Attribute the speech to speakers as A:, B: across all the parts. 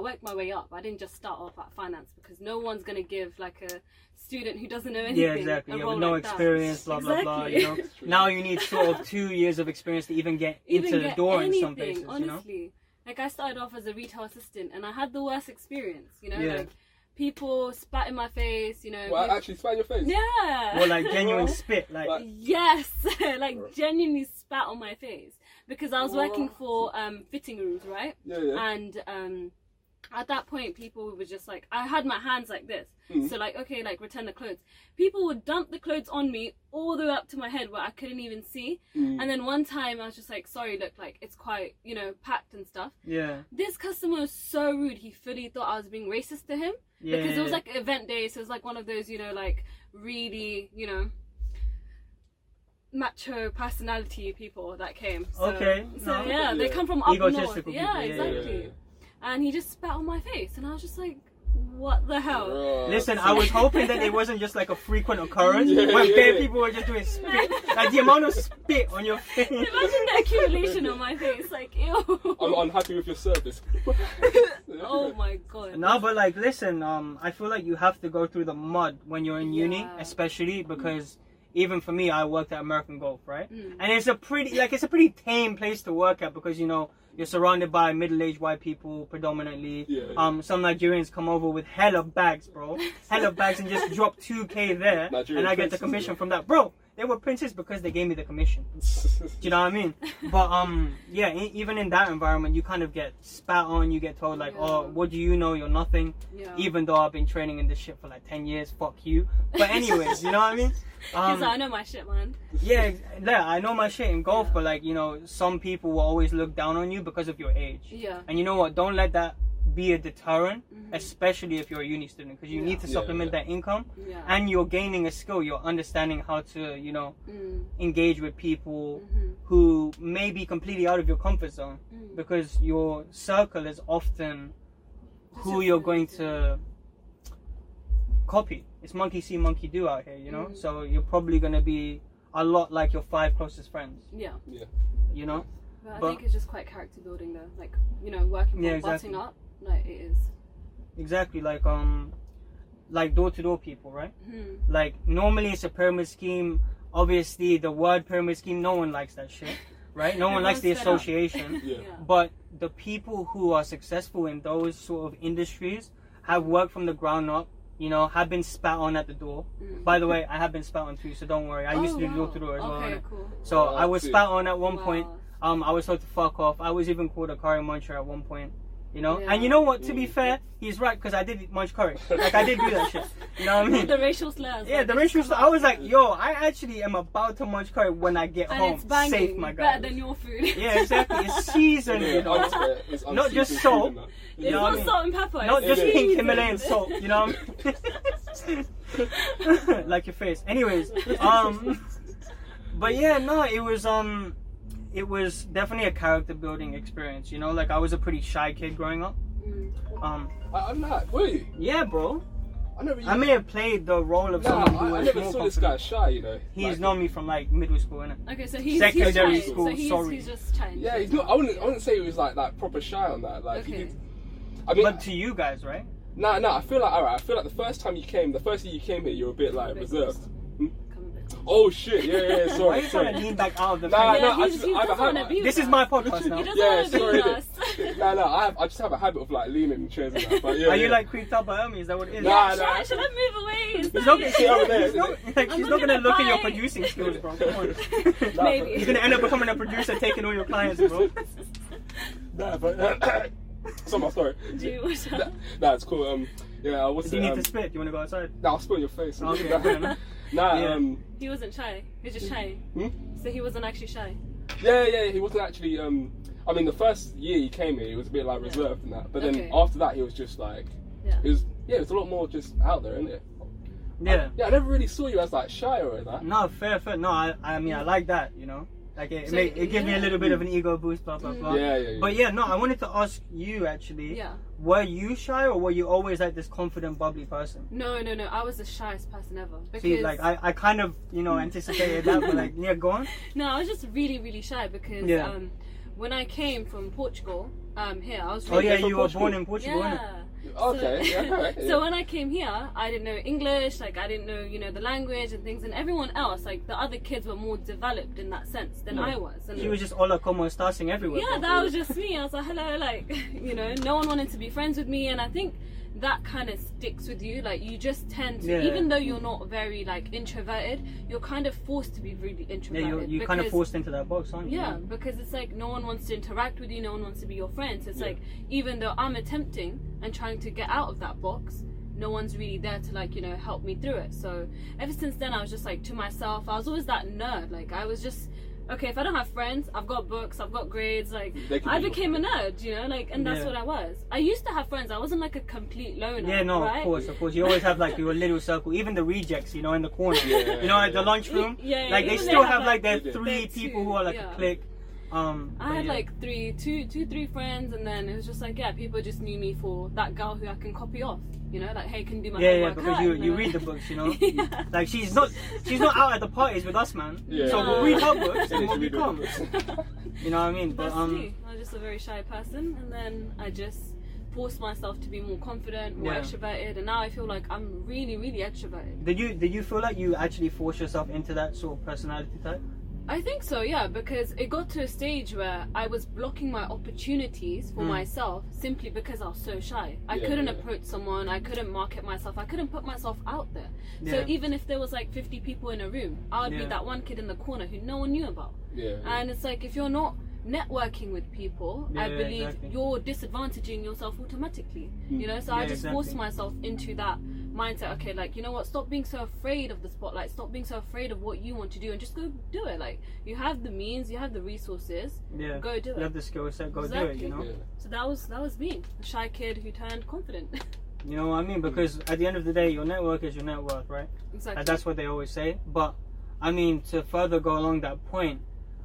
A: worked my way up. I didn't just start off at finance because no one's going to give like a student who doesn't know anything.
B: yeah, exactly.
A: A
B: Yeah,
A: role
B: with no
A: like that.
B: experience, blah blah blah. You know,
A: Exactly.
C: It's true.
B: now you need sort of two years of experience to even get
A: Even
B: into the
A: get
B: door
A: anything,
B: in some places. You know,
A: honestly. Like I started off as a retail assistant and I had the worst experience. You know,
B: Yeah.
A: like people spat in my face. You know.
C: Well,
A: people-
C: actually, spat in your face.
A: yeah.
B: or like genuine
C: Well,
B: spit, like
C: like-
A: Yes, like
C: Right.
A: genuinely spat on my face because I was working
C: What?
A: for um, fitting rooms, right?
C: Yeah, yeah.
A: And um, at that point, people were just like, I had my hands like this,
C: Mm.
A: so like, okay, like return the clothes. People would dump the clothes on me all the way up to my head where I couldn't even see.
C: Mm.
A: And then one time, I was just like, sorry, look, like it's quite, you know, packed and stuff.
B: yeah,
A: This customer was so rude; he fully thought I was being racist to him
B: yeah.
A: because it was like event day, so it was like one of those, you know, like really, you know, macho personality people that came. So,
B: Okay,
A: So
B: no.
A: yeah, they
C: Yeah.
A: come from up north.
B: Egotistical
A: Yeah,
B: people, yeah,
C: yeah,
A: exactly.
C: yeah.
A: And he just spat on my face, and I was just like, what the hell?
C: Bruh,
B: Listen,
C: that's
B: I was
C: so-
B: hoping that it wasn't just like a frequent occurrence
C: Yeah,
B: when
C: yeah,
B: bare
C: yeah.
B: people were just doing spit. Like the amount of spit on your face.
A: Imagine the accumulation on my face, like ew.
C: I'm unhappy with your service.
A: oh my god.
B: No, but like, listen. Um, I feel like you have to go through the mud when you're in uni,
A: Yeah.
B: especially because even for me, I worked at American Golf, right?
A: Mm.
B: And it's a pretty, like, it's a pretty tame place to work at because you know you're surrounded by middle-aged white people predominantly.
C: Yeah.
B: Um, some Nigerians come over with hella bags, bro, hella bags, and just drop two k there,
C: Nigerian
B: and I get the
C: princes,
B: commission
C: yeah.
B: from that, bro. They were princes because they gave me the commission. Do you know what I mean? But um, yeah, e- even in that environment, you kind of get spat on. You get told like,
A: Yeah.
B: "Oh, what do you know? You're nothing."
A: Yeah.
B: Even though I've been training in this shit for like ten years, fuck you. But anyways, you know what I mean?
A: 'Cause I
B: Um,
A: know my shit, man.
B: yeah, ex- yeah, I know my shit in golf,
A: Yeah.
B: but like you know, some people will always look down on you because of your age.
A: Yeah.
B: And you know what? Don't let that be a deterrent,
A: Mhm.
B: especially if you're a uni student, because you need to
C: Yeah,
B: supplement
C: yeah.
B: that income,
A: Yeah.
B: and you're gaining a skill. You're understanding how to, you know,
A: Mm.
B: engage with people
A: hmm
B: who may be completely out of your comfort zone because your circle is often who you're going to copy. It's monkey see, monkey do out here, you know?
A: Mm.
B: So you're probably going to be a lot like your five closest friends,
A: Yeah.
B: you know?
A: But I
B: But-
A: think it's just quite character building though. Like, you know, working
B: Yeah,
A: yeah,
B: exactly.
A: butting up, like it is.
B: Exactly, like, um, like door to door people, right?
A: Hmm.
B: Like, normally it's a pyramid scheme. Obviously, the word pyramid scheme, no one likes that shit, right? No one likes the
A: Everyone's fed up.
B: association.
C: Yeah.
B: But the people who are successful in those sort of industries have worked from the ground up, you know, have been spat on at the door.
A: Mm.
B: By the way, I have been spat on too, so don't worry. I used
A: Oh,
B: to do
A: wow.
B: door to door as well.
A: okay,
B: innit?
A: Cool.
B: So
C: Oh,
B: I was
C: I see.
B: spat on at one
A: Wow.
B: point. Um, I was told to fuck off. I was even called a curry muncher at one point. You know,
A: Yeah.
B: and you know what? To be
C: Mm.
B: fair, he's right because I did munch curry. Like I did do that shit. You know what I mean?
A: The racial slurs.
B: Yeah,
A: like,
B: the
A: they
B: racial.
A: just
B: stuff-
A: come
B: I
A: out.
B: was like, yo, I actually am about to munch curry when I get
A: and
B: home.
A: it's banging,
B: Safe, my guy.
A: better than your food.
B: Yeah, exactly. It's seasoned,
C: Yeah,
B: you know.
C: it's unfair. It's
B: Not just
C: unseasoned
B: salt.
C: food and that.
A: It's
B: know
A: not
B: what I mean?
A: salt and pepper.
B: Not
A: it's
B: just
C: Yeah.
B: pink
A: seasoned.
B: Himalayan salt, you know. what I mean? like your face. Anyways, um, but yeah, no, it was um, it was definitely a character building experience. You know, like I was a pretty shy kid growing up.
A: Mm.
B: Um,
C: I, I'm not. Were you?
B: yeah, bro.
C: I never.
B: I may have played the role of
C: Nah,
B: someone who
C: I, I
B: was
C: never
B: more
C: saw
B: confident.
C: this guy shy. You know.
B: He's
C: Like,
B: known me from like middle school, innit?
A: Okay, so he's
B: Secondary
A: he's
B: school,
A: Chinese, so he's,
B: sorry.
A: he's just Chinese.
C: Yeah, he's not. I wouldn't. I wouldn't say he was like like proper shy on that. Like he
A: Okay.
C: did. I mean, Oh,
B: But to you guys, right?
C: nah, nah. I feel like alright. I feel like the first time you came, the first year you came here, you were a bit like
A: Bit
C: reserved.
A: Come a bit.
C: Oh shit! Yeah,
B: Why
C: yeah. yeah
B: are
C: sorry,
B: you trying to
C: sorry.
B: lean back out of the?
C: Nah,
B: thing?
A: yeah,
C: nah, I
A: he's,
C: just-
A: he
C: I have a
A: doesn't want to
C: habit.
A: be.
B: This
A: with
B: is my
A: us.
B: podcast
A: He
B: now.
A: doesn't
C: Yeah,
A: want to be
C: sorry.
A: with us.
C: Nah, nah. I, have, I just have a habit of like leaning in chairs and that. But yeah,
B: Are you
C: yeah.
B: like creeped out by Ermi? Is that what it is?
C: Nah,
A: should,
C: nah.
A: I, should I move away? Is
B: He's
A: that
B: not,
A: it?
B: he's not,
C: Yeah,
B: he's not, like,
A: I'm not
B: he's not gonna
A: gonna
B: look at your
A: buy it.
B: producing skills, bro. Come on.
C: Nah,
A: Maybe.
B: You're gonna end up becoming a producer, taking all your clients, bro.
C: Nah, but it's not my story.
A: Do you wish I-
C: Nah, nah, it's cool. Um, yeah, I was.
B: Do you need
C: um,
B: to spit? You wanna go outside?
C: Nah, I'll spill your face.
B: Okay,
C: Nah,
B: fair enough.
C: nah,
B: Yeah.
C: um,
A: He wasn't shy. He was just shy.
C: Hmm?
A: So he wasn't actually shy.
C: yeah, yeah, he wasn't actually. Um, I mean, the first year he came here, he was a bit like
A: Yeah.
C: reserved and that. But then
A: Okay.
C: after that, he was just like,
A: Yeah.
C: it was yeah, it was a lot more just out there, isn't it?
B: Yeah.
C: Yeah, I never really saw you as like shy or that.
B: No, fair, fair. No, I, I mean, I like that. You know, like it, it,
A: So, Mm.
B: make, it gives me a
A: yeah.
B: little bit of an ego boost, blah blah blah.
C: Yeah, yeah, yeah.
B: But yeah, no, I wanted to ask you actually.
A: Yeah.
B: Were you shy or were you always like this confident, bubbly person?
A: No, no, no. I was the shyest person ever. Because Hmm.
B: See, like I, I kind of, you know, anticipated that, but like, yeah, go on.
A: no, I was just really, really shy because
B: Yeah.
A: um, when I came from Portugal, um, here I was.
B: Oh
A: really-
B: yeah,
C: Came from
B: you were
C: Portugal.
B: born in Portugal. innit?
A: yeah.
C: Okay.
A: So,
C: yeah, alright, yeah.
A: so when I came here, I didn't know English, like I didn't know, you know, the language and things. And everyone else, like the other kids, were more developed in that sense than
C: Yeah.
A: I was. And
B: She was just hola como estasing everywhere.
A: yeah,
B: bro.
A: that was just me. I was like, hello, like you know, no one wanted to be friends with me, and I think that kind of sticks with you. Like you just tend to,
B: Yeah.
A: even though you're not very like introverted, you're kind of forced to be really
B: yeah,
A: introverted.
B: you you kind of
A: because-
B: forced into that box, aren't you?
A: yeah, because it's like no one wants to interact with you, no one wants to be your friend. So it's
C: Yeah.
A: like even though I'm attempting and trying to get out of that box, no one's really there to like, you know, help me through it. So ever since then I was just like to myself, I was always that nerd. Like I was just okay, if I don't have friends, I've got books, I've got grades, like
C: They can
A: I
C: be your
A: became a nerd, you know, like and that's
B: Yeah.
A: what I was. I used to have friends, I wasn't like a complete loner.
B: Yeah, no,
A: right?
B: of course, of course. You always have like your little circle, even the rejects, you know, in the corner.
C: Yeah, yeah,
B: you know, at the
C: yeah.
B: lunchroom.
A: Yeah, yeah,
B: like they
A: even
B: still have like their
C: They do.
B: three
A: Their two,
B: people who are like
A: yeah.
B: a clique. Um,
A: I
B: but
A: had
B: yeah.
A: like three, two, two, three friends, and then it was just like, yeah, people just knew me for that girl who I can copy off. You know, like, hey, can do my
B: yeah, yeah,
A: homework.
B: because
A: hi,
B: you
A: and
B: you
A: then I-
B: read the books, you know.
A: yeah.
B: Like she's not she's not out at the parties with us, man.
C: Yeah.
B: So we'll read her books and
C: Yeah,
B: we'll
C: she read her
B: become.
C: books.
B: You know what I mean? But
A: That's
B: um,
A: me. I was just a very shy person, and then I just forced myself to be more confident, more
B: Yeah.
A: extroverted, and now I feel like I'm really, really extroverted.
B: did you did you feel like you actually forced yourself into that sort of personality type?
A: I think so, yeah, because it got to a stage where I was blocking my opportunities for
B: Mm.
A: myself simply because I was so shy. I
C: Yeah,
A: couldn't
C: yeah.
A: approach someone, I couldn't market myself, I couldn't put myself out there.
B: Yeah.
A: So even if there was like 50 people in a room, I would be
B: Yeah.
A: that one kid in the corner who no one knew about.
C: Yeah.
A: And it's like if you're not networking with people, I
B: Yeah,
A: believe
B: exactly. Hmm.
A: you're disadvantaging yourself automatically.
C: Mm.
A: You know, so I
B: Yeah,
A: just forced
B: exactly.
A: myself into that mindset. Okay, like you know what? Stop being so afraid of the spotlight. Stop being so afraid of what you want to do, and just go do it. Like you have the means, you have the resources.
B: Yeah.
A: Go do
B: You
A: it.
B: have the skill set, go do it.
A: Exactly.
B: You know.
C: Yeah.
A: So that was that was me, a shy kid who turned confident.
B: You know what I mean? Because at the end of the day, your network is your net worth, right?
A: exactly.
B: Like, that's what they always say. But I mean, to further go along that point,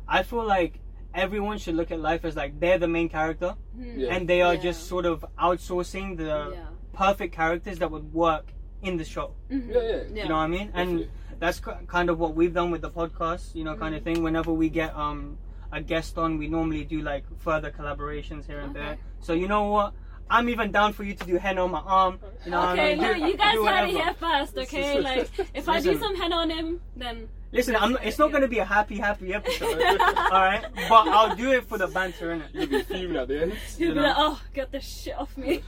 B: I feel like everyone should look at life as like they're the main character,
A: Hmm.
C: Yeah.
B: and they are
A: Yeah.
B: just sort of outsourcing the
A: Yeah.
B: perfect characters that would work in the show.
A: Mhm.
C: Yeah, yeah.
A: Yeah.
B: You know what I mean? And
C: Definitely.
B: that's ki- kind of what we've done with the podcast. You know, kind of thing. Whenever we get um a guest on, we normally do like further collaborations here and
A: Okay.
B: there. So you know what? I'm even down for you to do henna on my arm. You know
A: Okay,
B: what I
A: no,
B: mean? Do-
A: you guys
B: do
A: heard it
B: whatever.
A: here first, okay? Like, if I do
B: Listen.
A: some henna on him, then
B: Listen, I'm, it's not going to be a happy, happy episode, alright? But I'll do it for the banter, innit?
C: You'll
A: "Oh,
C: be fuming at the end.
A: he'll be
B: know?
A: like, oh, get the shit off me.